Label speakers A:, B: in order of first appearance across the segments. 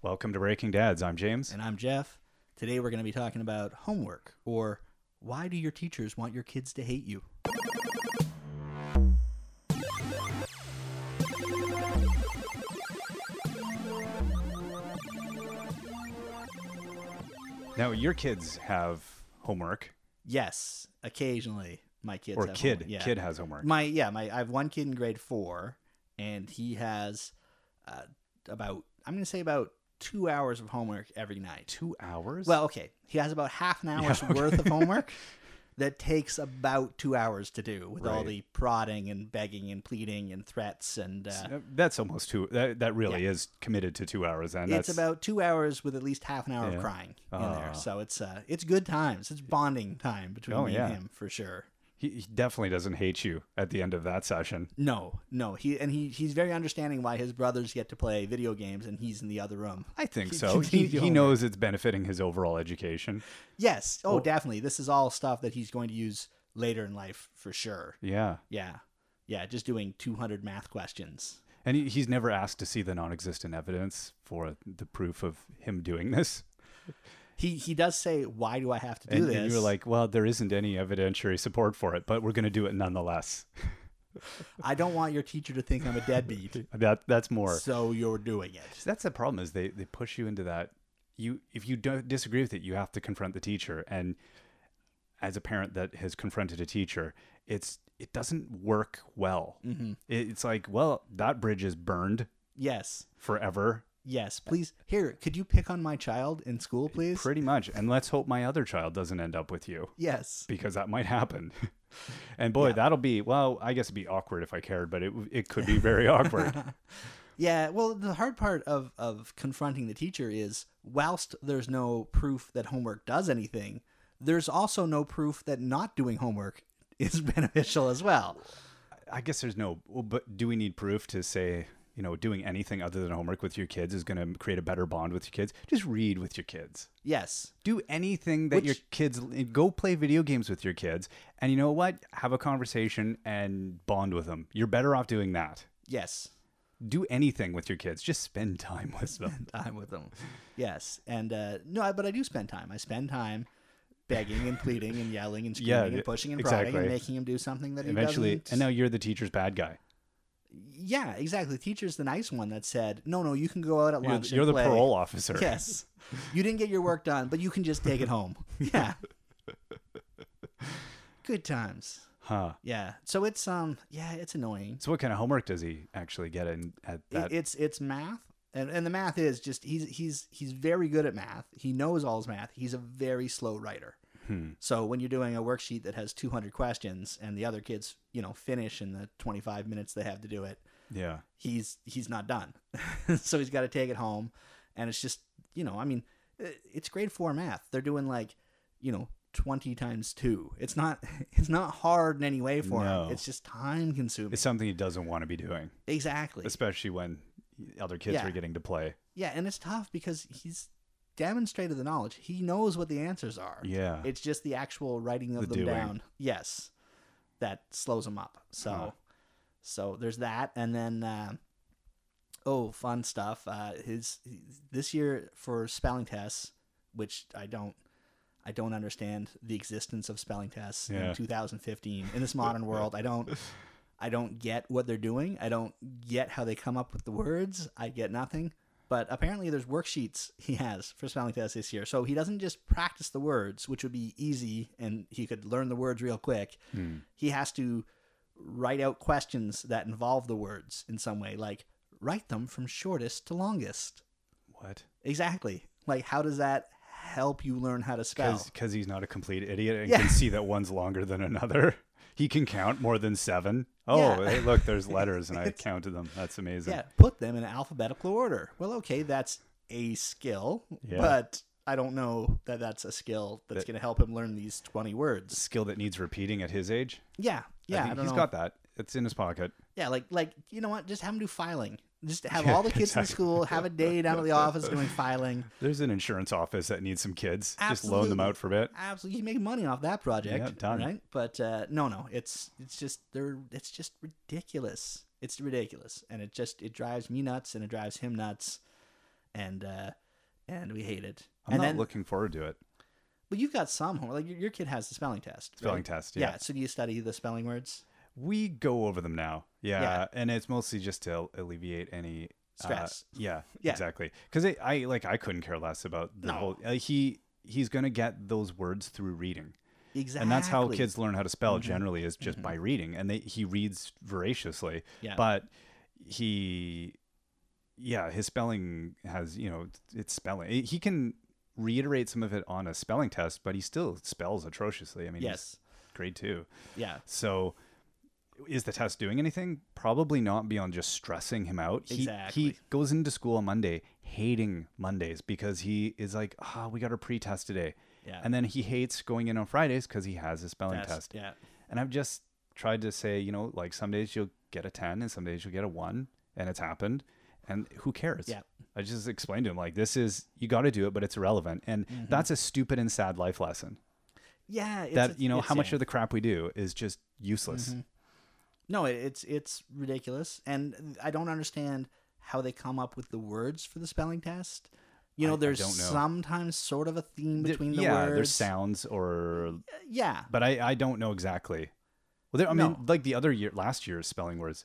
A: Welcome to Breaking Dads. I'm James.
B: And I'm Jeff. Today we're going to be talking about homework or why do your teachers want your kids to hate you?
A: Now, your kids have homework,
B: Yes, occasionally my kids
A: or
B: have
A: kid
B: homework. Yeah.
A: kid has homework.
B: My yeah, my I have one kid in grade 4 and he has uh, about I'm going to say about 2 hours of homework every night.
A: Two hours.
B: Well, okay. He has about half an hour's
A: okay.
B: worth of homework that takes about 2 hours to do with all
A: Right.
B: the prodding and begging and pleading and threats and uh,
A: Uh, that's almost two. That, that really is committed to two hours. And
B: it's
A: that's,
B: about two hours with at least half an hour
A: Yeah.
B: of crying in
A: Ah.
B: there. So it's uh, it's good times. It's bonding time between
A: Oh,
B: me
A: yeah.
B: and him for sure.
A: he, he definitely doesn't hate you at the end of that session.
B: No, no, he and he he's very understanding why his brothers get to play video games and he's in the other room.
A: I think
B: He
A: so. He,
B: continued
A: he
B: homework.
A: knows it's benefiting his overall education.
B: Yes, oh,
A: Well-
B: definitely. This is all stuff that he's going to use later in life for sure.
A: Yeah,
B: Yeah, yeah. Just doing two hundred math questions.
A: and he, he's never asked to see the non-existent evidence for the proof of him doing this.
B: He he does say, "Why do I have to do
A: And,
B: this?"
A: and you were like, "Well, there isn't any evidentiary support for it, but we're going to do it nonetheless."
B: "I don't want your teacher to think I'm a deadbeat."
A: That that's more.
B: so you're doing it.
A: So that's the problem is they, they push you into that. You if you don't disagree with it, you have to confront the teacher. And as a parent that has confronted a teacher, it's it doesn't work well.
B: hmm
A: It- It's like, well, that bridge is burned
B: Yes.
A: forever,
B: Yes, please. Here, could you pick on my child in school, please?
A: pretty much. And let's hope my other child doesn't end up with you
B: yes.
A: because that might happen. and boy, that'll be well. I guess it'd be awkward if I cared, but it it could be very awkward.
B: Yeah, well, the hard part of, of confronting the teacher is whilst there's no proof that homework does anything, there's also no proof that not doing homework is beneficial as well.
A: I guess there's no. well, But do we need proof to say you know doing anything other than homework with your kids is going to create a better bond with your kids? Just read with your kids.
B: Yes.
A: Do anything that your
B: Which-
A: kids go play video games with your kids, and you know what? Have a conversation and bond with them. You're better off doing that.
B: Yes.
A: Do anything with your kids. Just spend time with them.
B: Time with them. Yes. And uh, no, I- but I do spend time. I spend time begging and pleading and yelling and
A: Yeah,
B: screaming
A: yeah,
B: and pushing and prodding
A: exactly.
B: and making him do something that he
A: Eventually,
B: doesn't.
A: and now you're the teacher's bad guy.
B: Yeah, exactly. The teacher's the nice one that said, "No, no, you can go out at
A: You're,
B: lunch."
A: you're
B: and
A: the
B: play.
A: parole officer.
B: Yes, you didn't get your work done, but you can just take it home. Yeah. Good times.
A: Huh.
B: Yeah. So it's um. Yeah, it's annoying.
A: So what kind of homework does he actually get in at
B: It-
A: that?
B: it's it's math, and and the math is just he's he's he's very good at math. He knows all his math. He's a very slow writer.
A: Hmm.
B: So when you're doing a worksheet that has 200 questions and the other kids, you know, finish in the 25 minutes they have to do it,
A: Yeah.
B: he's he's not done so he's got to take it home and it's just you know i mean i- it's grade four math they're doing like you know 20 times two it's not it's not hard in any way for
A: No.
B: him it's just time consuming
A: It's something he doesn't want to be doing.
B: exactly
A: especially when other kids
B: Yeah.
A: are getting to play.
B: yeah and it's tough because he's demonstrated the knowledge he knows what the answers are
A: Yeah.
B: it's just the actual writing of
A: The
B: them
A: doing.
B: down yes that slows them up so
A: Huh.
B: so there's that and then uh, oh fun stuff uh, his this year for spelling tests which i don't i don't understand the existence of spelling tests
A: Yeah.
B: in 2015 in this modern world i don't i don't get what they're doing i don't get how they come up with the words i get nothing but apparently there's worksheets he has for spelling tests this year so he doesn't just practice the words which would be easy and he could learn the words real quick
A: Hmm.
B: he has to write out questions that involve the words in some way, like write them from shortest to longest.
A: What?
B: Exactly. Like, how does that help you learn how to spell?
A: Because he's not a complete idiot and
B: Yeah.
A: can see that one's longer than another. He can count more than seven. Oh,
B: Yeah.
A: hey, look, there's letters, and I
B: It's-
A: counted them. That's amazing.
B: Yeah, put them in alphabetical order. Well, okay, that's a skill,
A: Yeah.
B: but I don't know that that's a skill that's
A: That-
B: going to help him learn these 20 words.
A: Skill that needs repeating at his age.
B: Yeah,
A: I
B: yeah, I
A: think
B: don't
A: he's
B: know.
A: got that. It's in his pocket.
B: Yeah, like like you know what? Just have them do filing. Just have
A: Yeah,
B: all the kids in
A: exactly.
B: school have a day down at the office doing filing.
A: There's an insurance office that needs some kids. Just loan them
B: Absolutely.
A: out for a bit.
B: absolutely you can make money off that project
A: Yeah, done.
B: right but uh, no no it's it's just they're it's just ridiculous it's ridiculous and it just it drives me nuts and it drives him nuts and uh, and we hate it.
A: I'm
B: and
A: not
B: then,
A: looking forward to it.
B: but you've got some homework. Like your, your kid has the spelling test. right?
A: Spelling test, yeah.
B: So do you study the spelling words?
A: We go over them now. Yeah.
B: Yeah.
A: And it's mostly just to alleviate any uh,
B: Stress.
A: yeah,
B: Yeah.
A: exactly. Because I like I couldn't care less about the
B: No.
A: whole. Uh, he he's gonna get those words through reading,
B: Exactly. Mm-hmm.
A: and that's how kids learn how to spell. Generally, is just by reading, and they he reads voraciously.
B: Yeah.
A: But he, yeah, his spelling has you know it's spelling. He- He can reiterate some of it on a spelling test, but he still spells atrociously. I mean, he's
B: Yes.
A: grade two.
B: Yeah.
A: So is the test doing anything? Probably not beyond just stressing him out. He, he
B: Exactly.
A: goes into school on Monday hating Mondays because he is like, ah, we got our pre-test today.
B: Yeah.
A: And then he hates going in on Fridays because he has his spelling
B: Test,
A: test.
B: Yeah.
A: And I've just tried to say, you know, like some days you'll get a 10 and some days you'll get a 1 and it's happened. And who cares?
B: Yeah.
A: I just explained to him like this is you got to do it, but it's irrelevant, and that's a stupid and sad life lesson.
B: Yeah. Mm-hmm. It's,
A: That
B: it's-
A: you know
B: it's Mm-hmm.
A: how much
B: sad.
A: of the crap we do is just useless.
B: No, it- it's it's ridiculous, and I don't understand how they come up with the words for the spelling test. You
A: I-
B: know,
A: I
B: there's
A: don't know.
B: sometimes sort of a theme
A: Th-
B: between the
A: yeah,
B: words.
A: there's sounds or,
B: Yeah,
A: but I I don't know exactly. Well, there, I mean,
B: No.
A: like the other year, last year's spelling words.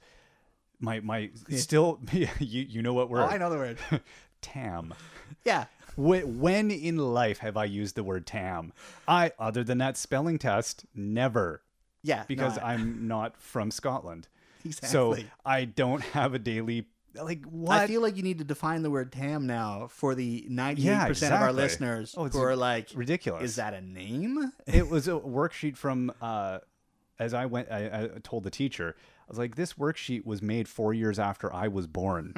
A: My my still, you you know what word?
B: oh, I know the word.
A: Tam.
B: Yeah,
A: Wh- When in life have I used the word tam? I other than that spelling test, never.
B: yeah. no,
A: Because
B: I-
A: I'm not from Scotland,
B: exactly.
A: so I don't have a daily like what.
B: I feel like you need to define the word tam now for the 98% of our
A: exactly.
B: listeners
A: Oh, it's
B: who are like,
A: ridiculous.
B: is that a name?
A: it was a worksheet from uh, as I went. I, I told the teacher, I was like, "This worksheet was made four years after I was born,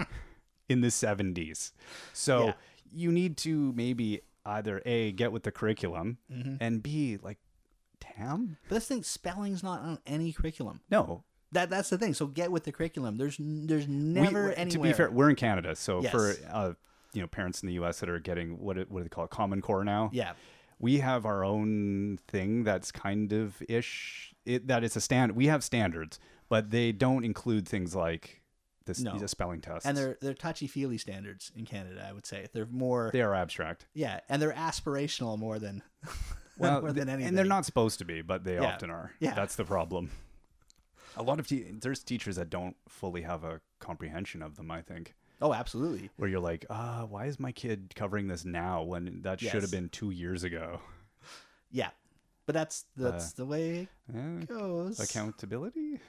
A: in the '70s." So
B: Yeah.
A: you need to maybe either a get with the curriculum
B: Mm-hmm.
A: and b like tam.
B: But this thing, spelling's not on any curriculum.
A: No,
B: That that's the thing. So get with the curriculum. There's n- there's
A: We-
B: never
A: we-
B: anywhere.
A: to be fair, we're in Canada, so
B: Yes.
A: for uh, you know parents in the U.S. that are getting what it- what do they call it, Common Core now?
B: Yeah.
A: we have our own thing that's kind of ish it, that it's a stand we have standards but they don't include things like this
B: No.
A: these spelling tests
B: and they're they're touchy feely standards in Canada. I would say they're more
A: they are abstract
B: yeah, and they're aspirational more than
A: well
B: more
A: th-
B: than anything.
A: and they're not supposed to be but they
B: Yeah.
A: often are
B: Yeah.
A: that's the problem a lot of te- there's teachers that don't fully have a comprehension of them i think
B: Oh, absolutely.
A: where you're like ah why is my kid covering this now when that should have
B: Yes.
A: been two years ago
B: Yeah, but that's
A: Uh,
B: that's the way
A: Eh,
B: it goes.
A: accountability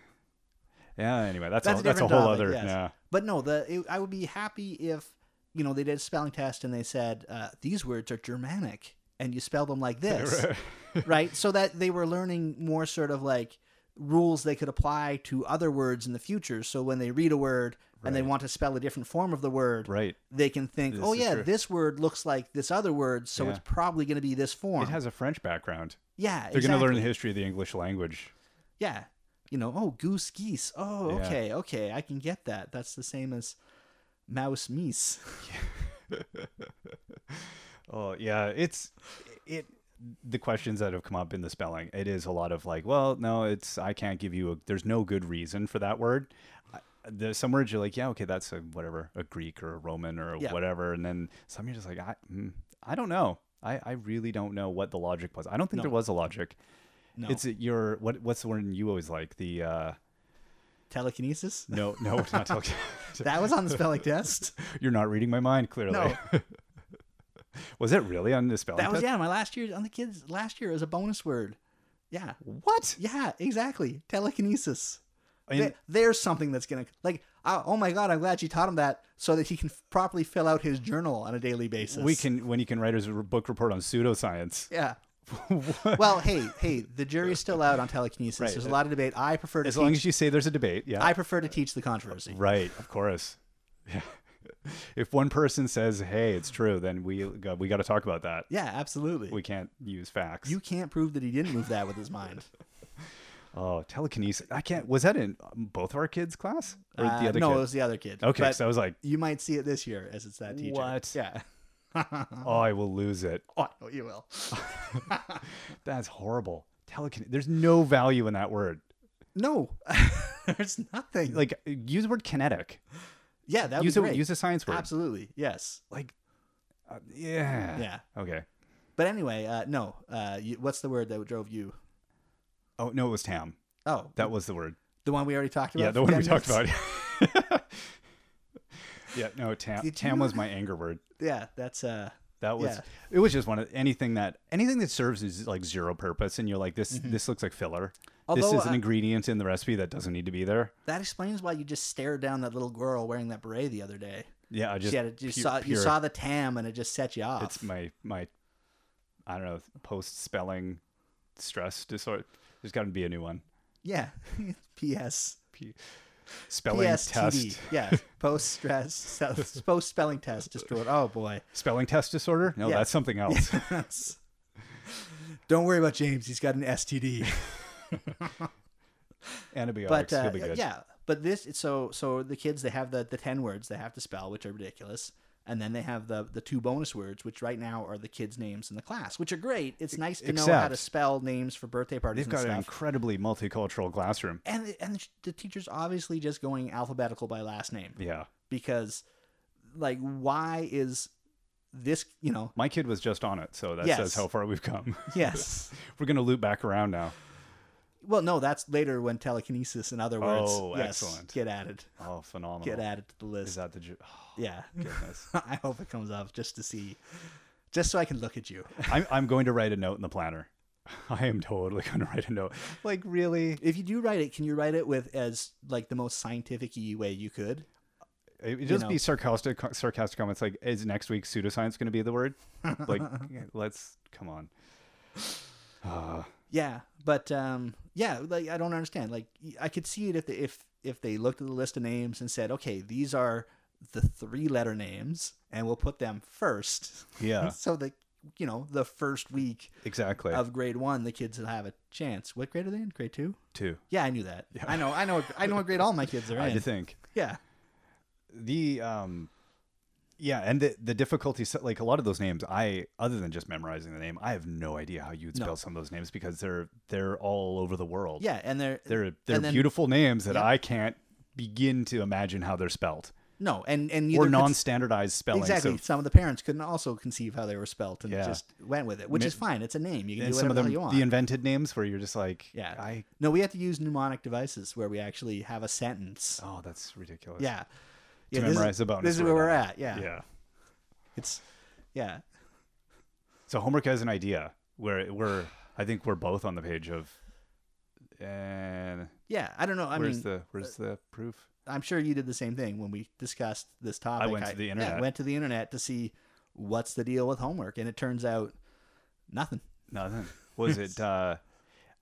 A: yeah anyway that's a,
B: That's a
A: that's a
B: different
A: whole
B: topic,
A: other
B: yes.
A: yeah
B: But no, the it, I would be happy if you know they did a spelling test and they said uh, these words are Germanic and you spell them like this, right? So that they were learning more sort of like rules they could apply to other words in the future. So when they read a word and they
A: Right.
B: want to spell a different form of the word,
A: right
B: they can think,
A: This
B: oh
A: is
B: yeah,
A: true.
B: this word looks like this other word, so it's
A: Yeah.
B: probably going to be this form.
A: It has a French background. They're
B: yeah,
A: going to
B: exactly.
A: learn the history of the English language.
B: Yeah, you know, oh goose geese. Oh
A: Yeah.
B: okay, okay, I can get that. That's the same as mouse meese.
A: Oh yeah, it's it. The questions that have come up in the spelling, it is a lot of like, well, no, it's I can't give you a. There's no good reason for that word. I- There's some words you're like, yeah, okay, that's a whatever, a Greek or a Roman or a
B: Yeah.
A: whatever, and then some you're just like, I, mm, I don't know. I, I really don't know what the logic was. I don't think there was a logic.
B: No,
A: It's uh,
B: it's
A: your what? What's the one you always like? The uh,
B: telekinesis.
A: no, no, it's not talking.
B: That was on the spelling test.
A: You're not reading my mind clearly.
B: No.
A: was it really on the spelling
B: That was
A: test?
B: yeah, my last year on the kids last year as a bonus word. Yeah.
A: What?
B: Yeah, exactly. Telekinesis.
A: And
B: There- there's something that's gonna like. Oh, oh my god! I'm glad you taught him that so that he can f- properly fill out his journal on a daily basis.
A: we can when he can write his re- book report on pseudoscience.
B: Yeah. Well, hey, hey, the jury's still out on telekinesis. There's a lot of debate. I prefer to
A: As
B: teach,
A: long as you say there's a debate, yeah.
B: I prefer to teach the controversy.
A: right, of course. Yeah. If one person says, "Hey, it's true," then we got, we got to talk about that.
B: Yeah, absolutely.
A: We can't use facts.
B: you can't prove that he didn't move that with his mind.
A: oh, telekinesis. I can't. Was that in um, both of our kids' class or
B: Uh,
A: the other
B: no, it
A: kid?
B: was the other kid.
A: okay,
B: But
A: so I was like,
B: you might see it this year as it's that teacher.
A: What?
B: Yeah. Uh-huh.
A: "Oh, I will lose it."
B: Oh, no, you will.
A: That's horrible. Telekinesis. There's no value in that word.
B: No, there's nothing.
A: Like, use the word kinetic.
B: Yeah, that would
A: use
B: be
A: a
B: great.
A: use a science word.
B: Absolutely, yes,
A: Like, uh, yeah.
B: yeah.
A: Okay.
B: But anyway, uh, no. Uh, you, what's the word that drove you?
A: Oh no, it was Tam.
B: Oh,
A: That was the word.
B: the one we already talked about.
A: yeah, the
B: for
A: one we
B: 10
A: talked
B: minutes?
A: about. yeah. No, Tam.
B: Did you
A: Tam
B: know
A: was my anger word.
B: Yeah, that's uh,
A: That was
B: Yeah.
A: it was just one of anything that anything that serves as like zero purpose and you're like this this looks like filler. this
B: Mm-hmm. Although,
A: is an
B: uh,
A: ingredient in the recipe that doesn't need to be there.
B: that explains why you just stared down that little girl wearing that beret the other day.
A: Yeah, I just
B: she had a, you
A: pu-
B: saw you
A: pure-
B: saw the tam and it just set you off.
A: it's my my I don't know, post spelling stress disorder. There's got to be a new one.
B: yeah. P.S.
A: P- spelling
B: P.S.T.D.
A: test.
B: Yeah. Post stress. Post spelling test destroyed. Oh boy.
A: Spelling test disorder? No,
B: Yeah.
A: that's something else.
B: Yes. Don't worry about James. He's got an STD.
A: Antibiotics.
B: But uh,
A: He'll be good.
B: yeah. But this so so the kids they have the the ten words they have to spell which are ridiculous. And then they have the the two bonus words, which right now are the kids' names in the class, which are great. It's nice to know how to
A: E, Except-
B: spell names for birthday parties
A: They've
B: and
A: got an
B: stuff.
A: incredibly multicultural classroom.
B: and and the teacher's obviously just going alphabetical by last name
A: Yeah.
B: because like why is this you know
A: My kid was just on it, so that
B: Yes.
A: says how far we've come.
B: yes
A: We're going to loop back around now.
B: well no that's later when telekinesis and other words
A: Oh,
B: yes,
A: excellent.
B: get added
A: Oh, phenomenal.
B: get added to the
A: Is
B: list
A: that the ju- oh,
B: yeah
A: goodness?
B: i hope it comes up just to see just so i can look at you
A: I'm I'm going to write a note in the planner. I am totally going to write a note. Like really,
B: if you do write it can you write it with as like the most scientific way you could
A: it would just
B: know.
A: be sarcastic sarcastic comments like is next week pseudoscience going to be the word? Like let's come on. Uh,
B: Yeah, but um, yeah, like I don't understand. Like y- I could see it if they, if if they looked at the list of names and said, okay, these are the three letter names, and we'll put them first,
A: yeah,
B: so that you know the first week
A: exactly.
B: of grade one, the kids will have a chance. What grade are they in? Grade two?
A: Two.
B: Yeah, I knew that. I know. I know. I know what grade all my kids are
A: I
B: in.
A: did think
B: yeah.
A: the um yeah, and the the difficulty set like a lot of those names I other than just memorizing the name, I have no idea how you'd
B: No.
A: spell some of those names because they're they're all over the world.
B: Yeah, and they're,
A: They're they're
B: and then-
A: beautiful names that
B: Yep.
A: I can't begin to imagine how they're spelt.
B: no, and and neither
A: or
B: could-
A: non-standardized spelling.
B: Exactly.
A: So
B: some of the parents couldn't also conceive how they were spelt and
A: Yeah.
B: just went with it, which
A: Mi-
B: is fine. It's a name. You can
A: and
B: do
A: some
B: whatever
A: of
B: the
A: them,
B: hell you want.
A: the invented names, where you're just like,
B: Yeah.
A: I
B: No, we have to use mnemonic devices where we actually have a sentence.
A: oh, that's ridiculous.
B: yeah.
A: to
B: yeah this is-
A: memorize the bonus.
B: This is where
A: word.
B: we're at. Yeah.
A: Yeah.
B: It's yeah.
A: So homework has an idea where we're. I think we're both on the page of. And
B: Yeah. I don't know. I
A: where's
B: mean uh,
A: the where's the proof?
B: I'm sure you did the same thing when we discussed this topic.
A: went to the
B: yeah,
A: internet.
B: went to the internet to see what's the deal with homework. And it turns out nothing.
A: Nothing. Was it? uh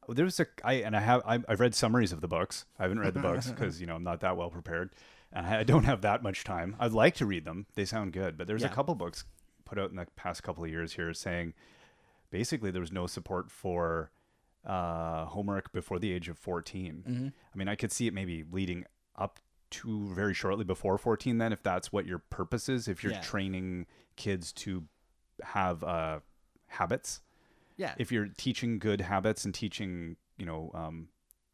A: there was a I and I have I, I've read summaries of the books. I haven't read the books because you know I'm not that well prepared, and I don't have that much time. I'd like to read them; they sound good. But there's
B: Yeah.
A: a couple books put out in the past couple of years here saying basically there was no support for uh, homework before the age of 14.
B: Mm-hmm.
A: I mean, I could see it maybe leading up to very shortly before 14, then, if that's what your purpose is, if you're
B: Yeah.
A: training kids to have uh, habits,
B: Yeah.
A: if you're teaching good habits and teaching, you know, um,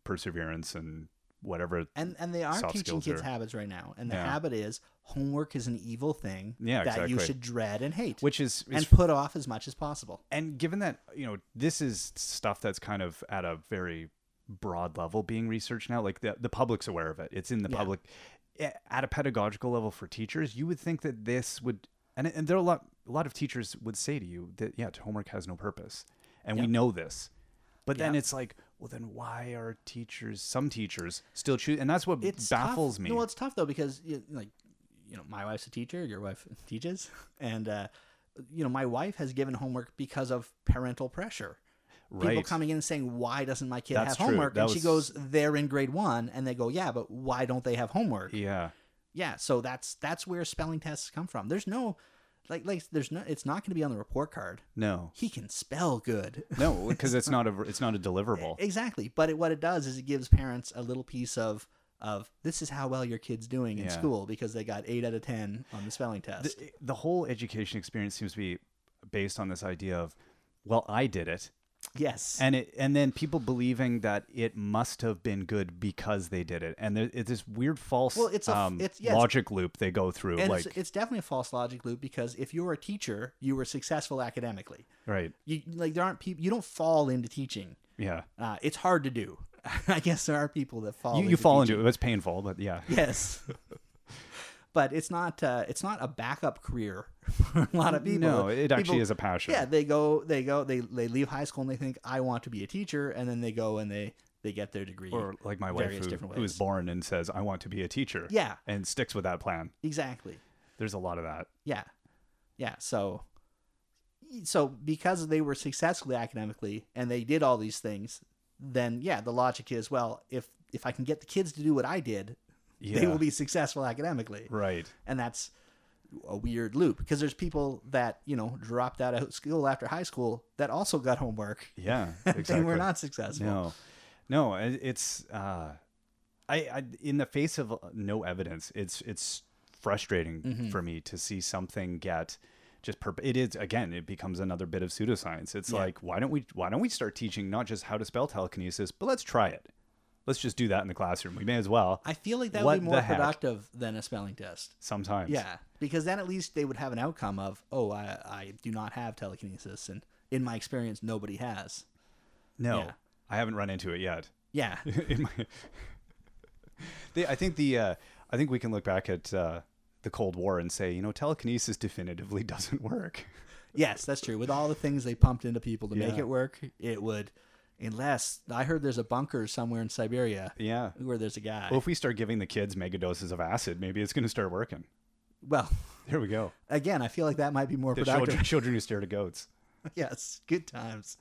A: perseverance and whatever.
B: and and they are
A: soft
B: teaching
A: skills
B: kids
A: are-
B: habits right now. And the
A: Yeah.
B: habit is homework is an evil thing
A: Yeah,
B: that you
A: exactly.
B: should dread and hate.
A: Which is, is
B: and put off as much as possible.
A: and given that you know this is stuff that's kind of at a very broad level being researched now like the, the public's aware of it it's in the
B: Yeah.
A: public A- at a pedagogical level for teachers you would think that this would and, and there are a lot a lot of teachers would say to you that yeah homework has no purpose and we
B: Yep.
A: know this but then
B: Yeah.
A: it's like well then why are teachers some teachers still choose and that's what
B: it's tough.
A: baffles me
B: No, it's tough though because you, like you know, my wife's a teacher, your wife teaches, and uh, you know, my wife has given homework because of parental pressure. People
A: Right.
B: coming in and saying, "Why doesn't my kid
A: That's
B: have
A: true.
B: homework?"
A: That
B: and she
A: was-
B: goes, "They're in grade one," and they go, "Yeah, but why don't they have homework?" Yeah.
A: yeah
B: so that's that's where spelling tests come from. There's no, like, like there's no. It's not going to be on the report card.
A: no
B: He can spell good.
A: no because it's not a it's not a deliverable
B: Exactly. But it, what it does is it gives parents a little piece of of this is how well your kid's doing in
A: Yeah.
B: school because they got eight out of ten on the spelling test.
A: the, the whole education experience seems to be based on this idea of well i did it
B: Yes.
A: and it and then people believing that it must have been good because they did it and there, it's this weird false
B: Well, it's a f-
A: um,
B: it's- yeah, it's-
A: logic loop they go through
B: and
A: like
B: it's, it's definitely a false logic loop because if you were a teacher, you were successful academically.
A: right
B: You like there aren't people. You don't fall into teaching.
A: yeah
B: Uh, it's hard to do. I guess there are people that fall.
A: you, you
B: into
A: fall
B: teaching.
A: into it it's painful but yeah
B: Yes. but it's not. Uh, it's not a backup career for a lot of people.
A: no it actually
B: People-
A: is a passion
B: Yeah, they go. They go. They they leave high school and they think I want to be a teacher, and then they go and they they get their degree.
A: or like my wife
B: various
A: who,
B: different
A: who was
B: ways.
A: born and says i want to be a teacher
B: yeah,
A: and sticks with that plan
B: exactly.
A: there's a lot of that
B: Yeah. Yeah. So, e, so because they were successful academically and they did all these things, then yeah, the logic is well, if if I can get the kids to do what I did,
A: yeah
B: they will be successful academically,
A: right
B: and that's a weird loop because there's people that you know dropped out of school after high school that also got homework
A: yeah
B: and were
A: exactly.
B: not successful.
A: No, no, it- it's uh, I, I in the face of uh, no evidence, it's it's frustrating
B: Mm-hmm.
A: for me to see something get just perp- it is again it becomes another bit of pseudoscience it's
B: Yeah.
A: like why don't we why don't we start teaching not just how to spell telekinesis but let's try it let's just do that in the classroom we may as well
B: I feel like that
A: What
B: would be
A: the
B: more
A: heck?
B: productive than a spelling test.
A: sometimes
B: Yeah, because then at least they would have an outcome of, oh, I, I do not have telekinesis, and in my experience, nobody has.
A: no
B: Yeah.
A: i haven't run into it yet
B: Yeah,
A: in my the, I think the uh, I think we can look back at uh, the Cold War and say, you know, telekinesis definitively doesn't work.
B: yes, that's true. With all the things they pumped into people to make
A: Yeah.
B: it work, it would, unless I heard there's a bunker somewhere in Siberia
A: Yeah.
B: where there's a guy.
A: Well, if we start giving the kids mega doses of acid, maybe it's going to start working.
B: Well,
A: There we go.
B: again, I feel like that might be more
A: The
B: productive.
A: children, children who stare at goats.
B: yes, good times.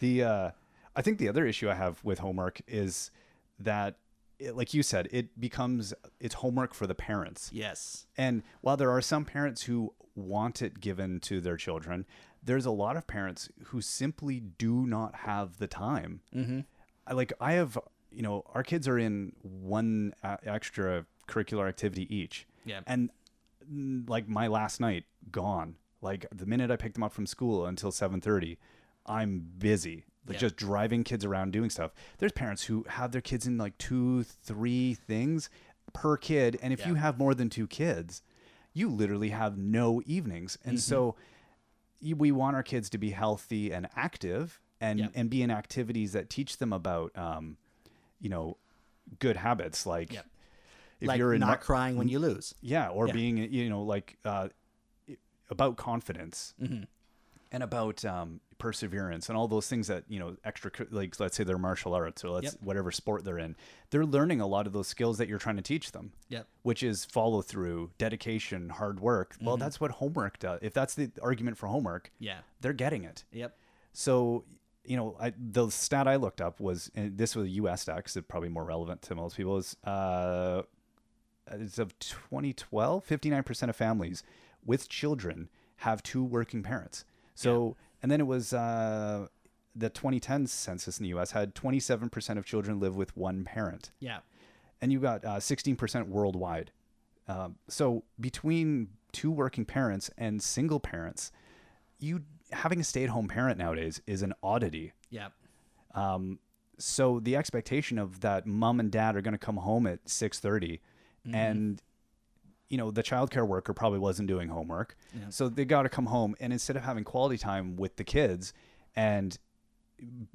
A: The uh, I think the other issue I have with homework is that, it, like you said, it becomes it's homework for the parents.
B: Yes,
A: And while there are some parents who want it given to their children, there's a lot of parents who simply do not have the time. Mm-hmm. I, like I have, you know, our kids are in one uh, extra curricular activity each.
B: Yeah.
A: And mm, like my last night gone. Like the minute I picked them up from school until 7:30, I'm busy. Like
B: Yeah.
A: just driving kids around doing stuff. There's parents who have their kids in like two, three things per kid, and if you
B: Yeah.
A: have more than two kids, you literally have no evenings.
B: Mm-hmm.
A: And so you- we want our kids to be healthy and active and
B: Yep.
A: and be in activities that teach them about um, you know, good habits like
B: Yep.
A: if
B: like
A: you're in
B: not
A: mar-
B: crying when you lose.
A: yeah, or
B: Yeah.
A: being you know like uh, about confidence
B: Mm-hmm.
A: and about um, perseverance and all those things that you know extra like let's say they're martial arts or let's
B: Yep.
A: whatever sport they're in, they're learning a lot of those skills that you're trying to teach them.
B: Yep.
A: Which is follow through, dedication, hard work. Well,
B: Mm-hmm.
A: that's what homework does. If that's the argument for homework,
B: Yeah.
A: they're getting it.
B: Yep.
A: So, you know, I, the stat I looked up was, and this was a U.S. stat because it's probably more relevant to most people, is uh, as of 2012, 59% of families with children have two working parents. So, and then it was uh, the 2010 census in the U.S. had 27% of children live with one parent
B: Yeah.
A: and you got uh, 16% worldwide. Um, so between two working parents and single parents, you having a stay-at-home parent nowadays is an oddity.
B: Yep.
A: So the expectation of that mom and dad are going to come home at 6:30 and you know the childcare worker probably wasn't doing homework. So they got to come home and instead of having quality time with the kids and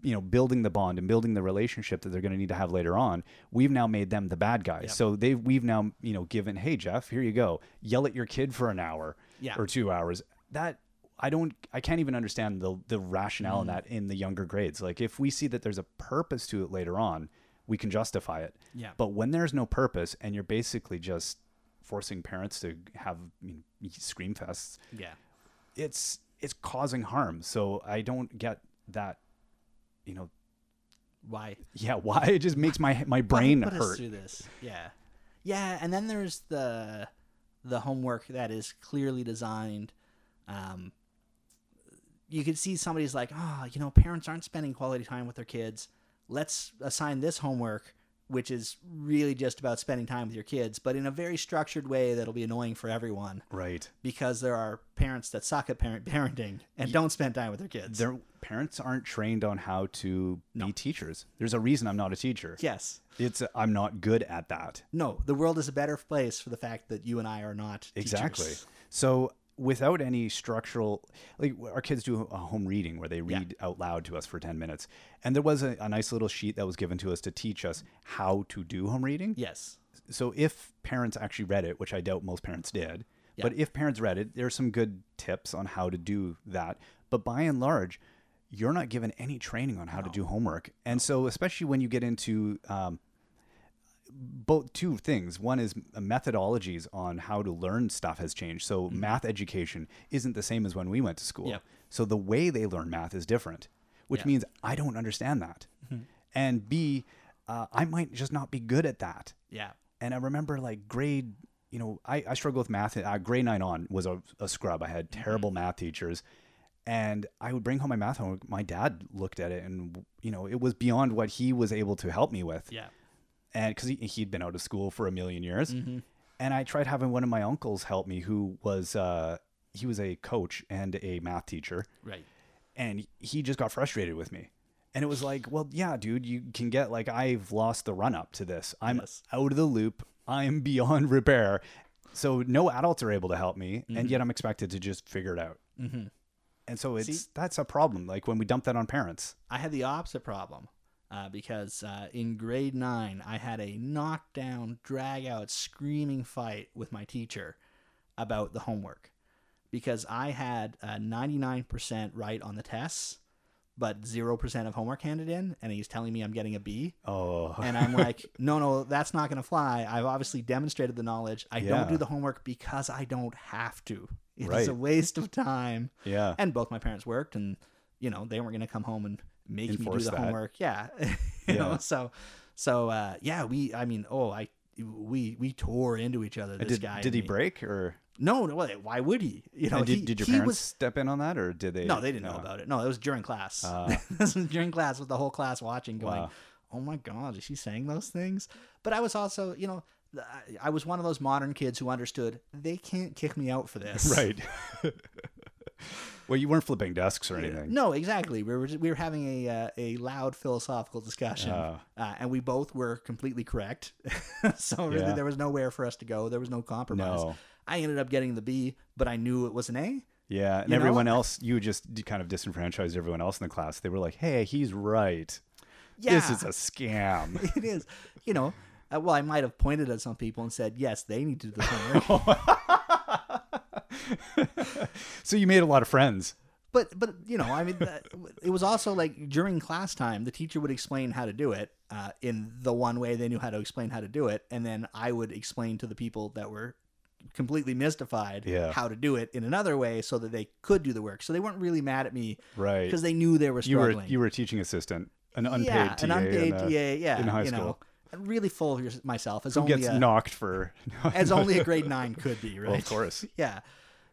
A: you know building the bond and building the relationship that they're going to need to have later on we've now made them the bad guys so they've we've now you know given hey jeff here you go yell at your kid for an hour
B: Yeah.
A: or two hours that i don't i can't even understand the the rationale in that in the younger grades like if we see that there's a purpose to it later on we can justify it
B: Yeah.
A: but when there's no purpose and you're basically just forcing parents to have you know, scream fests
B: Yeah.
A: it's it's causing harm so i don't get that you know
B: Why?
A: yeah, why it just makes my my brain
B: put us
A: hurt.
B: through this. Yeah, yeah, and then there's the the homework that is clearly designed. Um, you could see somebody's "Ah, like, oh, you know, parents aren't spending quality time with their kids. Let's assign this homework which is really just about spending time with your kids, but in a very structured way that'll be annoying for everyone
A: Right.
B: because there are parents that suck at parent parenting and don't spend time with their kids.
A: Their parents aren't trained on how to be teachers. There's a reason I'm not a teacher.
B: yes.
A: It's I'm not good at that.
B: No, the world is a better place for the fact that you and I are not teachers.
A: Exactly. So without any structural, like our kids do a home reading where they read out loud to us for 10 minutes. And there was a, a nice little sheet that was given to us to teach us how to do home reading.
B: Yes.
A: So if parents actually read it, which I doubt most parents did, but if parents read it, there are some good tips on how to do that. But by and large, you're not given any training on how to do homework. And so, especially when you get into um, both two things. One is methodologies on how to learn stuff has changed. So math education isn't the same as when we went to school.
B: Yep.
A: So the way they learn math is different, which
B: Yeah.
A: means I don't understand that. And B, uh, I might just not be good at that.
B: Yeah.
A: And I remember like grade, you know, I, I struggled with math. Uh, grade nine on was a, a scrub. I had terrible math teachers. And I would bring home my math homework. My dad looked at it and, you know, it was beyond what he was able to help me with
B: Yeah.
A: and because he, he'd been out of school for a million years and i tried having one of my uncles help me who was uh, he was a coach and a math teacher
B: Right.
A: and he just got frustrated with me and it was like well yeah dude you can get like i've lost the run up to this i'm
B: Yes.
A: out of the loop i'm beyond repair so no adults are able to help me
B: Mm-hmm.
A: and yet i'm expected to just figure it out and so it's that's a problem like when we dump that on parents
B: I had the opposite problem uh, because uh, in grade nine, I had a knockdown, drag out, screaming fight with my teacher about the homework because I had uh, 99% right on the tests, but 0% of homework handed in, and he's telling me I'm getting a B.
A: oh
B: And I'm like, no, no, that's not going to fly. I've obviously demonstrated the knowledge. I don't
A: Yeah.
B: do the homework because I don't have to. It's
A: Right.
B: a waste of time
A: yeah
B: and both my parents worked and you know they weren't going to come home and make me
A: Enforce
B: do the
A: that.
B: homework yeah you know
A: Yeah.
B: so so uh yeah we i mean oh i we we tore into each other this
A: Uh, did,
B: guy
A: did
B: and
A: he
B: me.
A: break or
B: no no why- why would he you know
A: And did,
B: he,
A: did your
B: he
A: parents
B: was
A: step in on that, or did they?
B: no they didn't know
A: uh,
B: about it no it was during class
A: Ah.
B: this was during class with the whole class watching going
A: Wow.
B: oh my god is she saying those things but i was also you know I- I was one of those modern kids who understood they can't kick me out for this.
A: Right. well, you weren't flipping desks or anything.
B: No, exactly. We were just, we were having a uh, a loud philosophical discussion,
A: Oh.
B: uh, and we both were completely correct. so really,
A: Yeah.
B: there was nowhere for us to go. There was no compromise.
A: No.
B: I ended up getting the B, but I knew it was an A.
A: Yeah, and
B: You know?
A: everyone else, you just d- kind of disenfranchised everyone else in the class. They were like, "Hey, he's right.
B: Yeah,
A: This is a scam."
B: it is. You know, uh, well, I might have pointed at some people and said, "Yes, they need to do the homework."
A: so you made a lot of friends.
B: but but you know, I mean, that, it was also like during class time, the teacher would explain how to do it uh, in the one way they knew how to explain how to do it, and then I would explain to the people that were completely mystified
A: Yeah.
B: how to do it in another way so that they could do the work. So they weren't really mad at me
A: Right.
B: because they knew they were
A: you
B: struggling.
A: were you were a teaching assistant, an unpaid
B: yeah,
A: TA,
B: an unpaid
A: and, uh,
B: TA, yeah,
A: in high
B: you know,
A: school.
B: and really full of your- myself as
A: who
B: only
A: gets
B: a,
A: knocked for.
B: as only a grade nine could be, right?
A: Well, of course.
B: yeah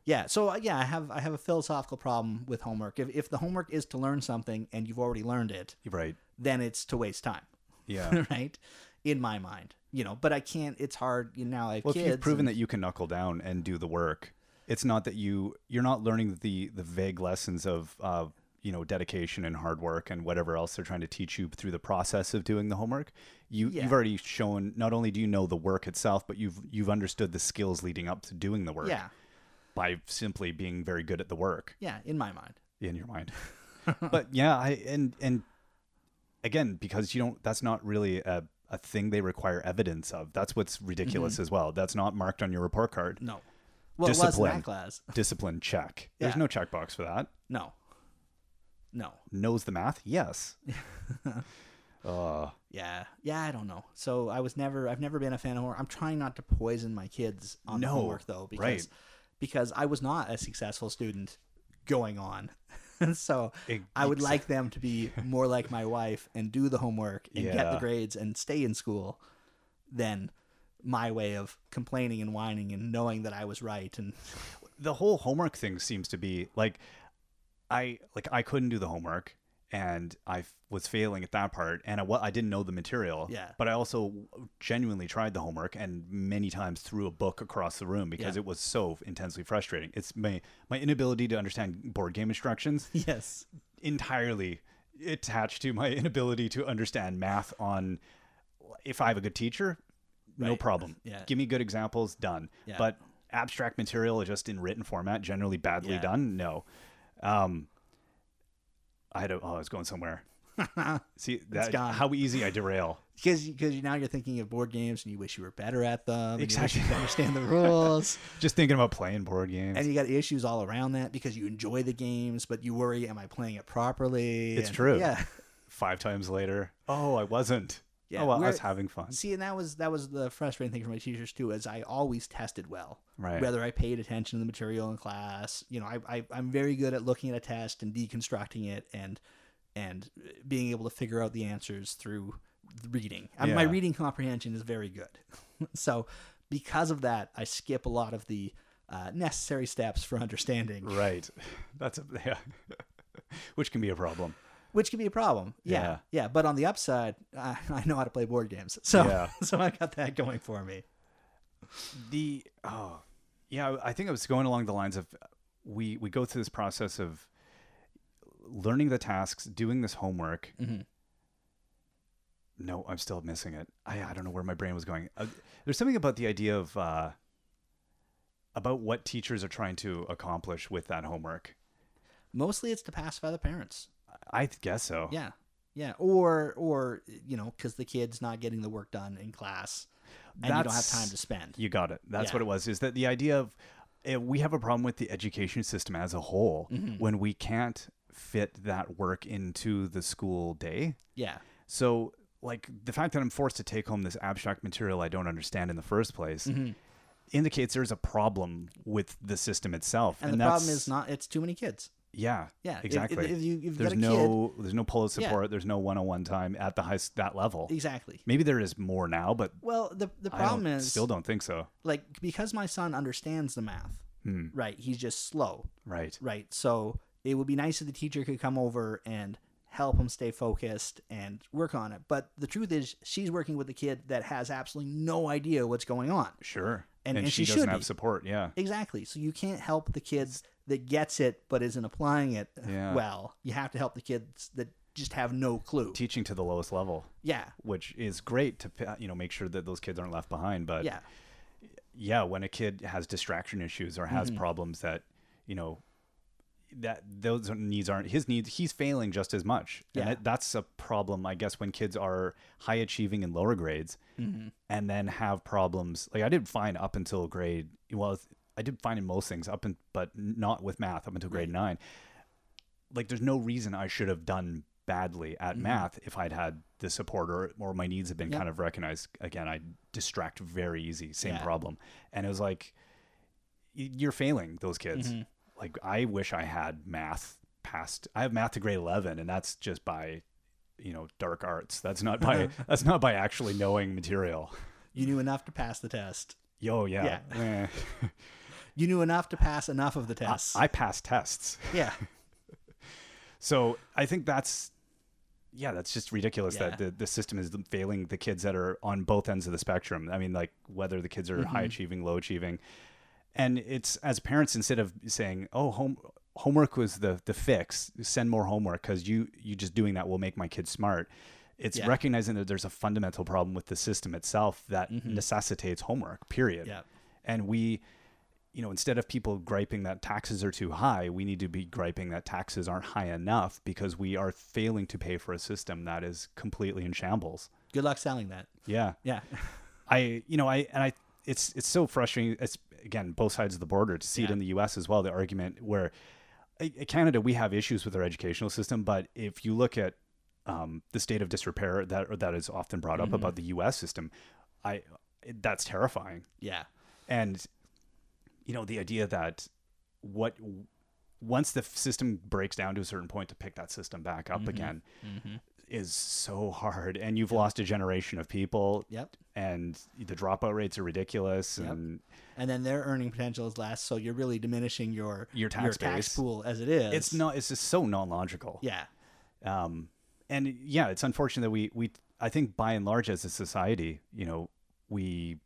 B: yeah so uh, yeah i have i have a philosophical problem with homework if, if the homework is to learn something and you've already learned it
A: Right.
B: then it's to waste time
A: Yeah.
B: right in my mind you know but i can't it's hard you know now i have
A: Well,
B: kids
A: if you've proven
B: and-
A: that you can knuckle down and do the work, it's not that you you're not learning the the vague lessons of uh, you know dedication and hard work and whatever else they're trying to teach you through the process of doing the homework. You
B: Yeah.
A: you've already shown not only do you know the work itself, but you've you've understood the skills leading up to doing the work
B: yeah
A: by simply being very good at the work
B: yeah in my mind
A: in your mind. but yeah, I and and again because you don't that's not really a a thing they require evidence of. That's what's ridiculous
B: Mm-hmm.
A: as well. That's not marked on your report card
B: no well it was in
A: Discipline.
B: that class
A: discipline check. There's
B: Yeah.
A: no checkbox for that.
B: no no
A: Knows the math? Yes. uh,
B: yeah yeah i don't know so i was never i've never been a fan of homework i'm trying not to poison my kids on the
A: No,
B: homework though because
A: right.
B: because i was not a successful student going on so
A: Ex-
B: i would like them to be more like my wife and do the homework and get the
A: Yeah.
B: grades and stay in school than my way of complaining and whining and knowing that i was right and
A: the whole homework thing seems to be like I like I couldn't do the homework and I f- was failing at that part, and I, wa- I didn't know the material.
B: Yeah.
A: But I also genuinely tried the homework, and many times threw a book across the room because
B: Yeah.
A: it was so intensely frustrating. It's my my inability to understand board game instructions
B: Yes.
A: entirely attached to my inability to understand math. On if I have a good teacher, no
B: Right.
A: problem.
B: Yeah.
A: Give me good examples, done.
B: Yeah.
A: But abstract material just in written format, generally badly
B: Yeah.
A: done. No. Um, I had a, oh, I was going somewhere. See that
B: gone.
A: how easy I derail.
B: Because because now you're thinking of board games and you wish you were better at them. and you wish you
A: Exactly.
B: could understand the rules.
A: Just thinking about playing board games.
B: and you got issues all around that because you enjoy the games, but you worry, am I playing it properly?
A: It's
B: And-
A: true.
B: Yeah.
A: Five times later, oh, I wasn't.
B: Yeah,
A: oh, well, I
B: we're-
A: was having fun.
B: See, and that was that was the frustrating thing for my teachers too, is I always tested well.
A: Right.
B: Whether I paid attention to the material in class, you know, I, I I'm very good at looking at a test and deconstructing it and and uh, being able to figure out the answers through reading. I mean, my
A: Yeah.
B: reading comprehension is very good, so because of that, I skip a lot of the uh, necessary steps for understanding,
A: Right. That's a yeah. Which can be a problem.
B: which can be a problem. Yeah, yeah.
A: Yeah.
B: but on the upside, I, I know how to play board games, so
A: Yeah.
B: so I got that going for me.
A: the oh yeah i think i was going along the lines of we we go through this process of learning the tasks doing this homework
B: Mhm.
A: no i'm still missing it i, I don't know where my brain was going uh, there's something about the idea of uh, about what teachers are trying to accomplish with that homework
B: Mostly, it's to pacify the parents.
A: i th- guess so
B: Yeah. Yeah. Or or you know, cuz the kid's not getting the work done in class and you don't have
A: That's-
B: time to spend.
A: You got it. That's
B: Yeah.
A: what it was. Is that the idea of eh, we have a problem with the education system as a whole
B: Mm-hmm.
A: when we can't fit that work into the school day?
B: Yeah.
A: So, like the fact that I'm forced to take home this abstract material I don't understand in the first place
B: Mm-hmm.
A: indicates there's a problem with the system itself.
B: And, the problem
A: that's-
B: is not it's too many kids.
A: yeah,
B: Yeah, if- if-
A: exactly.
B: if you- if you've got
A: there's
B: a
A: no there's no pull
B: Yeah.
A: support. There's no one on one time at the high s- that level.
B: Exactly.
A: Maybe there is more now, but
B: Well, the the
A: I don't-
B: problem is
A: still don't think so. Hmm,
B: like because my son understands the math. Right, he's just slow.
A: Right.
B: Right. So, it would be nice if the teacher could come over and help him stay focused and work on it. But the truth is she's working with a kid that has absolutely no idea what's going on.
A: Sure.
B: And- and she
A: doesn't
B: should
A: have
B: be.
A: support. Yeah.
B: Exactly. So you can't help the kids that gets it but isn't applying it
A: Yeah.
B: well. You have to help the kids that just have no clue.
A: Teaching to the lowest level,
B: yeah.
A: which is great to pa- you know make sure that those kids aren't left behind. But
B: Yeah.
A: yeah, when a kid has distraction issues or has problems that you know that those needs aren't his needs, he's failing just as much.
B: Yeah.
A: And that, that's a problem, I guess, when kids are high achieving in lower grades and then have problems. Like I did fine up until grade. Well, I did fine in most things up, in, but not with math up until grade nine. like there's no reason I should have done badly at math if I'd had the support or, or my needs had been
B: Yeah.
A: kind of recognized. Again, I distract very easy, same
B: Yeah.
A: problem. And it was like, y- you're failing those kids. Like I wish I had math past, I have math to grade 11 and that's just by, you know, dark arts. That's not by, that's not by actually knowing material.
B: You knew enough to pass the test.
A: Yo, yeah. Eh.
B: You knew enough to pass enough of the tests.
A: I passed tests.
B: yeah.
A: So I think that's yeah, that's just ridiculous
B: Yeah.
A: that the, the system is failing the kids that are on both ends of the spectrum. I mean, like whether the kids are high achieving, low achieving. And it's as parents instead of saying, "Oh, home homework was the the fix. Send more homework cuz you you just doing that will make my kids smart." It's
B: Yeah.
A: recognizing that there's a fundamental problem with the system itself that necessitates homework. Period.
B: Mm-hmm. Yeah.
A: And we you know, instead of people griping that taxes are too high, we need to be griping that taxes aren't high enough because we are failing to pay for a system that is completely in shambles.
B: Good luck selling that.
A: Yeah.
B: Yeah.
A: I, you know, I, and I, it's, it's so frustrating. It's again, both sides of the border to see it
B: Yeah.
A: in the US as well. The argument where uh, Canada, we have issues with our educational system, but if you look at um, the state of disrepair that, that is often brought up about the US system, I, that's terrifying
B: Yeah.
A: and you know the idea that what once the f- system breaks down to a certain point to pick that system back up again is so hard and you've lost a generation of people
B: Yep.
A: and the dropout rates are ridiculous and
B: And then their earning potential is less, so you're really diminishing your
A: Your tax base.
B: pool as it is.
A: it's not it's just so non-logical
B: Yeah.
A: Um, and yeah, it's unfortunate that we we I think by and large as a society, you know, we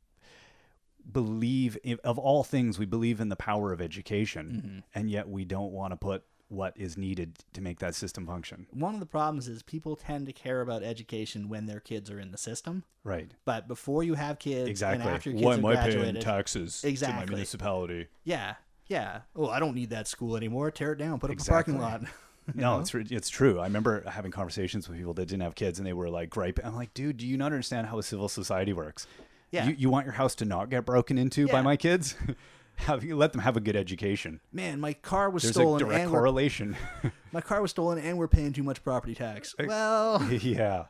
A: believe in, of all things we believe in the power of
B: Mm-hmm.
A: education, and yet we don't want to put what is needed to make that system function.
B: One of the problems is people tend to care about education when their kids are in the system,
A: Right.
B: but before you have kids
A: Exactly.
B: and after your kids
A: Why
B: have
A: am I paying
B: graduated,
A: taxes to my
B: Exactly.
A: municipality?
B: yeah, yeah. Oh, I don't need that school anymore. Tear it down. Put up a parking
A: Exactly.
B: lot.
A: No, it's re- it's true. I remember having conversations with people that didn't have kids, and they were like griping. I'm like, dude, do you not understand how a civil society works?
B: Yeah.
A: You, you want your house to not get broken into by
B: Yeah.
A: my kids? have you let them have a good education?
B: Man, my car was
A: There's
B: stolen.
A: a direct
B: and we're-
A: correlation.
B: my car was stolen, and we're paying too much property tax. Well,
A: yeah.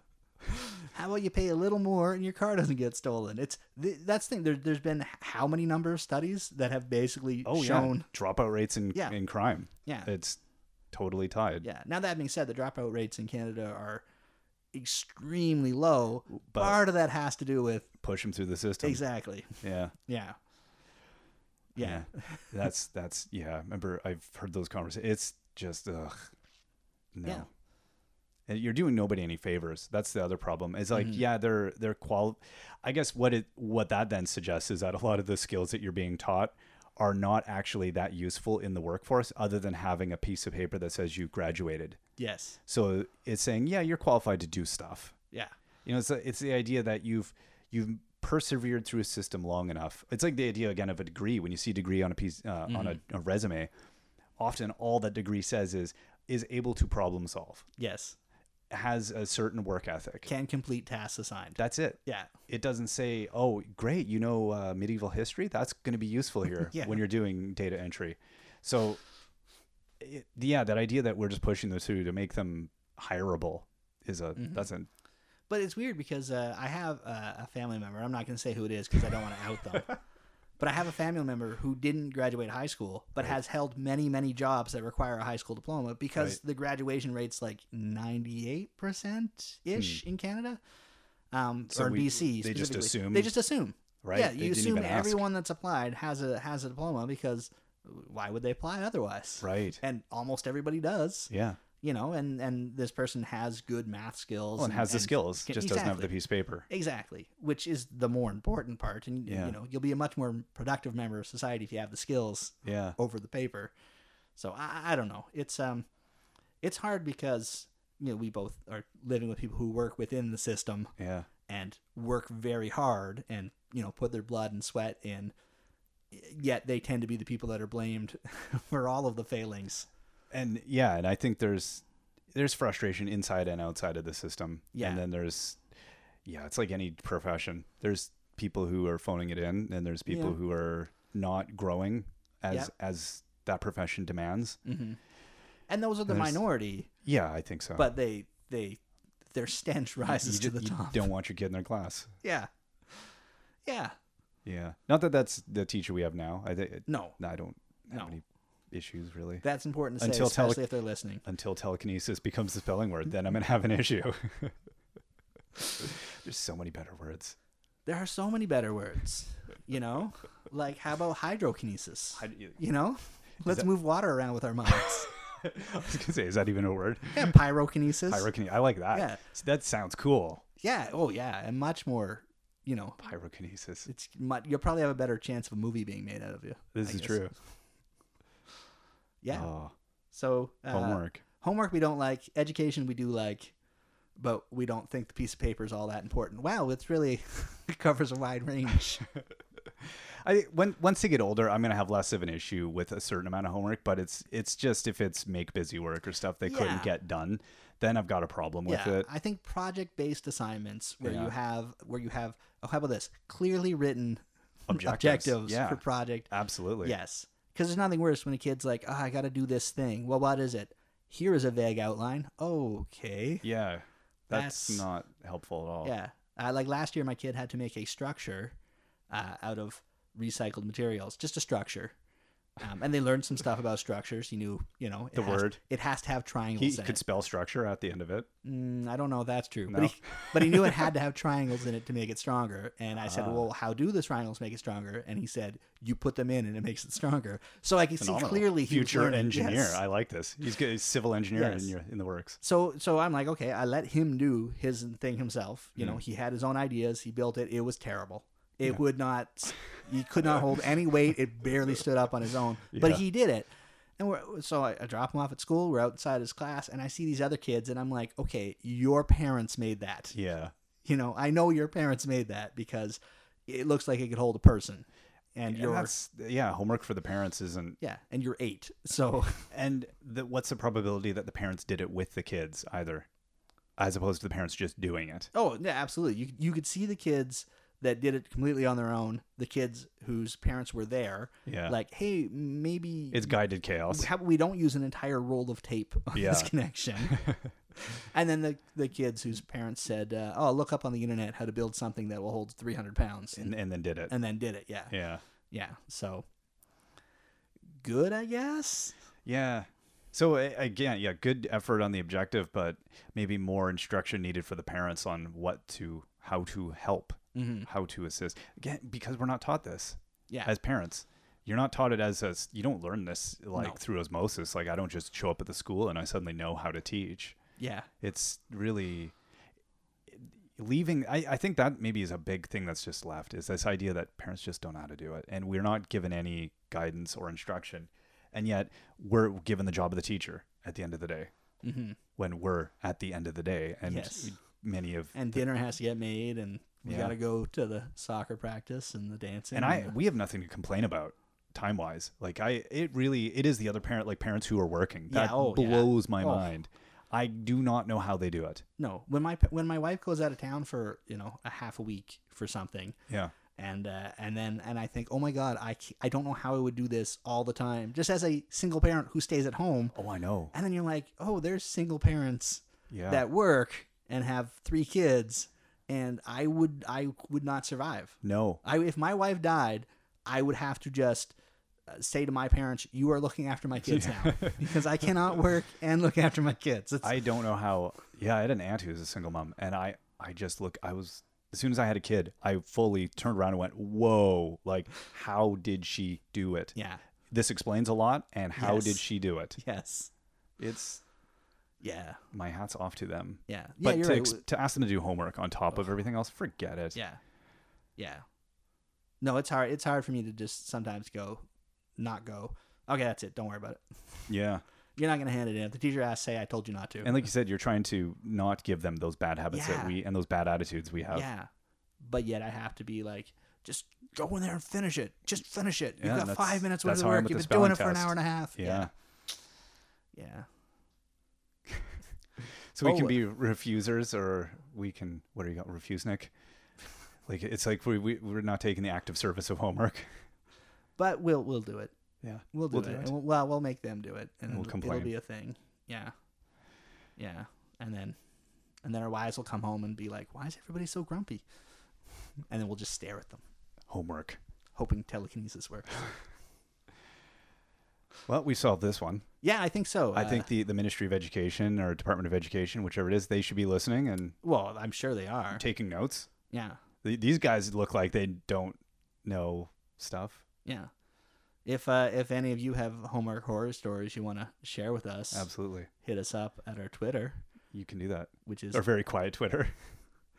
B: how about you pay a little more and your car doesn't get stolen? It's th- that's the thing. There, there's been h- how many number of studies that have basically
A: Oh
B: shown
A: yeah. Dropout rates in
B: Yeah.
A: in crime.
B: Yeah.
A: It's totally tied.
B: Yeah. Now that being said, the dropout rates in Canada are extremely low.
A: But-
B: Part of that has to do with
A: Push them through the system.
B: exactly.
A: Yeah.
B: Yeah. Yeah.
A: that's that's yeah. I Remember, I've heard those conversations. It's just ugh, no.
B: Yeah.
A: And you're doing nobody any favors. That's the other problem. It's
B: Mm-hmm.
A: like yeah, they're they're qual. I guess what it what that then suggests is that a lot of the skills that you're being taught are not actually that useful in the workforce, other than having a piece of paper that says you graduated.
B: Yes.
A: So it's saying yeah, you're qualified to do stuff.
B: Yeah.
A: You know, it's the, it's the idea that you've you've persevered through a system long enough. It's like the idea again of a degree. When you see degree on a piece uh, on a,
B: Mm-hmm.
A: a resume, often all that degree says is is able to problem solve,
B: Yes.
A: has a certain work ethic.
B: Can complete tasks assigned.
A: That's it.
B: yeah.
A: It doesn't say, "Oh, great, you know uh, medieval history. That's going to be useful here
B: Yeah.
A: when you're doing data entry." So, it, yeah, that idea that we're just pushing those through to make them hireable is a
B: Mm-hmm.
A: that's a
B: But it's weird because uh, I have uh, a family member. I'm not going to say who it is because I don't want to out them. But I have a family member who didn't graduate high school, but has held many, many jobs that require a high school diploma because
A: Right.
B: the graduation rate's like 98% ish in Canada. Um,
A: Hmm. So
B: or in
A: we-
B: BC.
A: they just
B: specifically.
A: assume-
B: They just assume.
A: Right?
B: Yeah,
A: They
B: you
A: didn't
B: assume
A: even ask.
B: everyone that's applied has a has a diploma because why would they apply otherwise?
A: right.
B: And almost everybody does,
A: Yeah.
B: you know. And and this person has good math skills
A: Well, and has the skills,
B: can-
A: just doesn't have the
B: exactly.
A: piece of paper.
B: Exactly, which is the more important part, and
A: Yeah.
B: you know you'll be a much more productive member of society if you have the skills
A: Yeah.
B: over the paper. So I, I don't know. It's um, it's hard because you know we both are living with people who work within the system
A: Yeah.
B: and work very hard and you know put their blood and sweat in. Yet they tend to be the people that are blamed for all of the failings.
A: And yeah, and I think there's there's frustration inside and outside of the system.
B: Yeah.
A: And then there's yeah, it's like any profession. There's people who are phoning it in and there's people
B: Yeah.
A: who are not growing as
B: Yep.
A: as that profession demands.
B: Mm. And those are the
A: There's-
B: minority,
A: Yeah, I think so.
B: but they they their stench
A: you,
B: rises
A: ju-
B: to the
A: you
B: top.
A: don't want your kid in their class.
B: Yeah. Yeah.
A: Yeah. Not that that's the teacher we have now. I think
B: No.
A: I don't have
B: No.
A: any issues really.
B: That's important to say,
A: Until tele-
B: especially if they're listening.
A: until telekinesis becomes the spelling word, then I'm gonna have an issue. There's so many better words.
B: There are so many better words, you know? like, how about hydrokinesis?
A: Hyd- yeah.
B: you know? Let's move water around with our minds.
A: I was gonna say, is that even a word?
B: yeah, pyrokinesis.
A: Pyrokinesis. I like that.
B: Yeah.
A: See, that sounds cool.
B: yeah. Oh, yeah. And much more, you know,
A: Pyrokinesis.
B: it's mu you'll probably have a better chance of a movie being made out of you.
A: This
B: I
A: is
B: guess.
A: true.
B: Yeah.
A: Oh,
B: so, uh,
A: homework.
B: Homework we don't like. Education we do like. But we don't think the piece of paper is all that important. Wow, it's really it covers a wide range.
A: I when once they get older, I'm gonna have less of an issue with a certain amount of homework, but it's it's just if it's make busy work or stuff they couldn't
B: Yeah.
A: get done, then I've got a problem with it.
B: I think project-based assignments where
A: Yeah.
B: you have where you have oh how about this clearly written
A: Objectives,
B: objectives
A: yeah.
B: for project.
A: Absolutely.
B: Yes, because there's nothing worse when a kid's like, oh, I got to do this thing. Well, what is it? Here is a vague outline. Okay.
A: Yeah. That's,
B: That's-
A: not helpful at all.
B: Yeah. Uh, like last year, my kid had to make a structure uh, out of recycled materials, just a structure. Um, and they learned some stuff about structures. He knew, you know, it
A: The
B: has-
A: word.
B: It has to have
A: He
B: triangles in
A: could
B: it.
A: spell structure at the end of it.
B: Mm, I don't know if that's true,
A: No.
B: but, he, but he knew it had to have triangles in it to make it stronger. And I said,
A: Ah.
B: "Well, how do the triangles make it stronger?" And he said, "You put them in, and it makes it stronger." So I can see
A: Phenomenal.
B: clearly he was
A: future
B: learning,
A: engineer.
B: yes.
A: I like this. He's good. He's civil engineer
B: Yes.
A: in your in the works.
B: So so I'm like, okay, I let him do his thing himself. You know,
A: Mhm.
B: he had his own ideas. He built it. It was terrible. It would not. He could not hold any weight. It barely stood up on his own. But
A: Yeah.
B: he did it. And we're, so I, I drop him off at school. We're outside his class, and I see these other kids, and I'm like, okay, your parents made that.
A: Yeah.
B: You know, I know your parents made that because it looks like it could hold a person, and
A: And
B: you're
A: that's yeah. Homework for the parents isn't.
B: yeah, and you're eight. So
A: And the, what's the probability that the parents did it with the kids either, as opposed to the parents just doing it?
B: Oh, yeah, absolutely. You you could see the kids that did it completely on their own, the kids whose parents were there.
A: Yeah.
B: Like, hey, maybe
A: it's guided chaos.
B: how about we don't use an entire roll of tape on this
A: Yeah.
B: connection. and then the the kids whose parents said, uh, "Oh, look up on the internet how to build something that will hold 300 pounds," and,
A: and, and then did it.
B: and then did it. Yeah,
A: yeah.
B: yeah. So good, I guess.
A: Yeah. So a- again, yeah, good effort on the objective, but maybe more instruction needed for the parents on what to, how to help,
B: Mhm.
A: how to assist. Again, because we're not taught this
B: Yeah.
A: as parents. You're not taught it as a, you don't learn this like
B: No.
A: through osmosis. Like I don't just show up at the school and I suddenly know how to teach.
B: yeah.
A: It's really leaving. I, I think that maybe is a big thing that's just left is this idea that parents just don't know how to do it, and we're not given any guidance or instruction, and yet we're given the job of the teacher at the end of the day.
B: hmm
A: When we're at the end of the day, and
B: Yes.
A: many of
B: And dinner has to get made, and we
A: Yeah.
B: got to go to the soccer practice and the dancing.
A: and I
B: the-
A: we have nothing to complain about time wise. Like I, it really it is the other parent like parents who are working that
B: Yeah, oh, yeah.
A: blows my
B: Oh.
A: mind. I do not know how they do it.
B: No, when my when my wife goes out of town for you know a half a week for something,
A: Yeah,
B: and uh, and then and I think, oh my god, I ca- I don't know how I would do this all the time, just as a single parent who stays at home.
A: Oh, I know.
B: And then you're like, oh, there's single parents
A: Yeah.
B: that work and have three kids, and I would I would not survive.
A: no.
B: I if my wife died, I would have to just uh, say to my parents, you are looking after my kids now because I cannot work and look after my kids. It's,
A: I don't know how. Yeah, I had an aunt who was a single mom, and I, I just look. I was as soon as I had a kid, I fully turned around and went, "Whoa! Like, how did she do it?
B: yeah.
A: This explains a lot. And how
B: Yes.
A: did she do it?
B: Yes.
A: It's
B: Yeah.
A: my hats off to them.
B: Yeah. Yeah.
A: But
B: you're
A: to,
B: right.
A: ex- to ask them to do homework on top of everything else, forget it.
B: Yeah. Yeah. No, it's hard. It's hard for me to just sometimes go, not go. Okay, that's it. Don't worry about it.
A: Yeah.
B: You're not gonna hand it in. If the teacher asks, say I told you not to.
A: And like you said, you're trying to not give them those bad habits
B: Yeah.
A: that we and those bad attitudes we have.
B: yeah. But yet I have to be like, just go in there and finish it. Just finish it. You've
A: Yeah,
B: got
A: that's-
B: five minutes worth
A: that's
B: of
A: how I am
B: work.
A: with
B: You've
A: the
B: been doing it for
A: spelling
B: an hour and a half.
A: Yeah.
B: Yeah.
A: So we
B: Oh,
A: can
B: uh,
A: be refusers, or we can what do you got? Refusenik. Like it's like we, we we're not taking the active service of homework.
B: But we'll we'll do it.
A: Yeah,
B: We'll do
A: We'll
B: it.
A: do it.
B: And we'll, well, we'll make them do it, and
A: We'll
B: it'll-
A: complain.
B: It'll be a thing. Yeah, yeah. And then, and then our wives will come home and be like, "Why is everybody so grumpy?" And then we'll just stare at them,
A: homework.
B: hoping telekinesis works.
A: Well, we solved this one.
B: yeah, I think so.
A: I
B: Uh,
A: think the the Ministry of Education or Department of Education, whichever it is, they should be listening and
B: Well, I'm sure they are.
A: taking notes.
B: Yeah,
A: Th- These guys look like they don't know stuff.
B: yeah. If uh, if any of you have homework horror stories you want to share with us,
A: Absolutely,
B: hit us up at our Twitter,
A: you can do that.
B: which is
A: Or very quiet Twitter.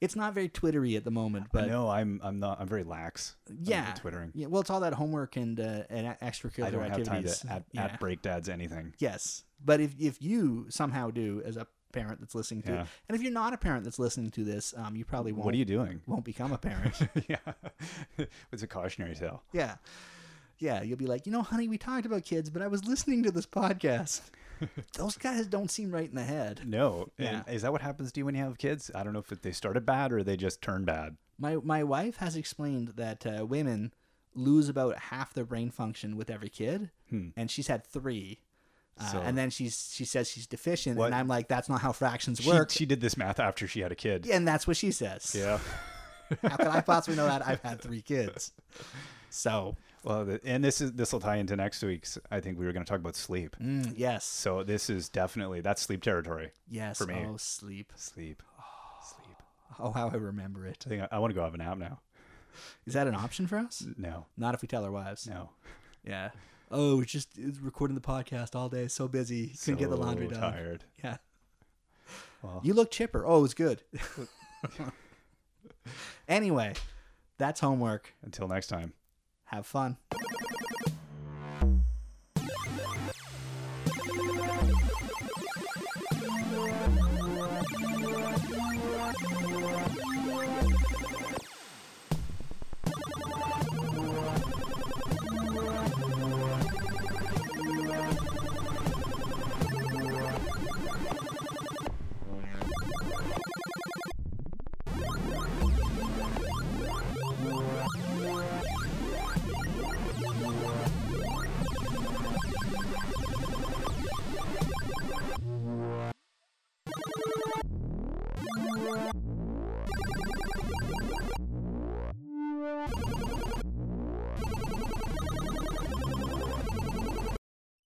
B: it's not very twittery at the moment,
A: But
B: but
A: no, I'm I'm not. I'm very lax. on the
B: yeah,
A: twittering.
B: yeah. Well, it's all that homework and uh, and a-
A: I
B: extracurricular
A: don't have time
B: activities.
A: to at,
B: yeah.
A: at break dads anything.
B: Yes, but if if you somehow do as a parent that's listening to,
A: Yeah.
B: and if you're not a parent that's listening to this, um, you probably won't
A: What are you doing?
B: won't become a parent.
A: yeah, it's a cautionary tale.
B: yeah, yeah, you'll be like, you know, honey, we talked about kids, but I was listening to this podcast. Those guys don't seem right in the head.
A: No. And
B: Yeah.
A: Is that what happens to you when you have kids? I don't know if they started bad or they just turn bad.
B: My my wife has explained that uh, women lose about half their brain function with every kid,
A: Hmm.
B: and she's had three. Uh,
A: So-
B: and then she's she says she's deficient,
A: What-
B: and I'm like, that's not how fractions
A: She,
B: work.
A: she did this math after she had a kid.
B: and that's what she says.
A: Yeah.
B: How could I possibly know that? I've had three kids. So
A: Well, the, and this is this will tie into next week's. I think we were going to talk about sleep.
B: Mm, yes.
A: So this is definitely that's sleep territory.
B: Yes.
A: for me.
B: Oh, sleep.
A: Sleep, sleep.
B: Oh, how I remember it.
A: I think I, I want to go have a nap now.
B: Is that an option for us?
A: No,
B: Not if we tell our wiwives.
A: no.
B: Yeah. Oh, it's just it's recording the podcast all day. So busy. Couldn't get the laundry
A: So
B: done.
A: Tired.
B: Yeah.
A: Well.
B: You look chipper. Oh, it's good. anyway, that's homework.
A: Until next time.
B: Have fun.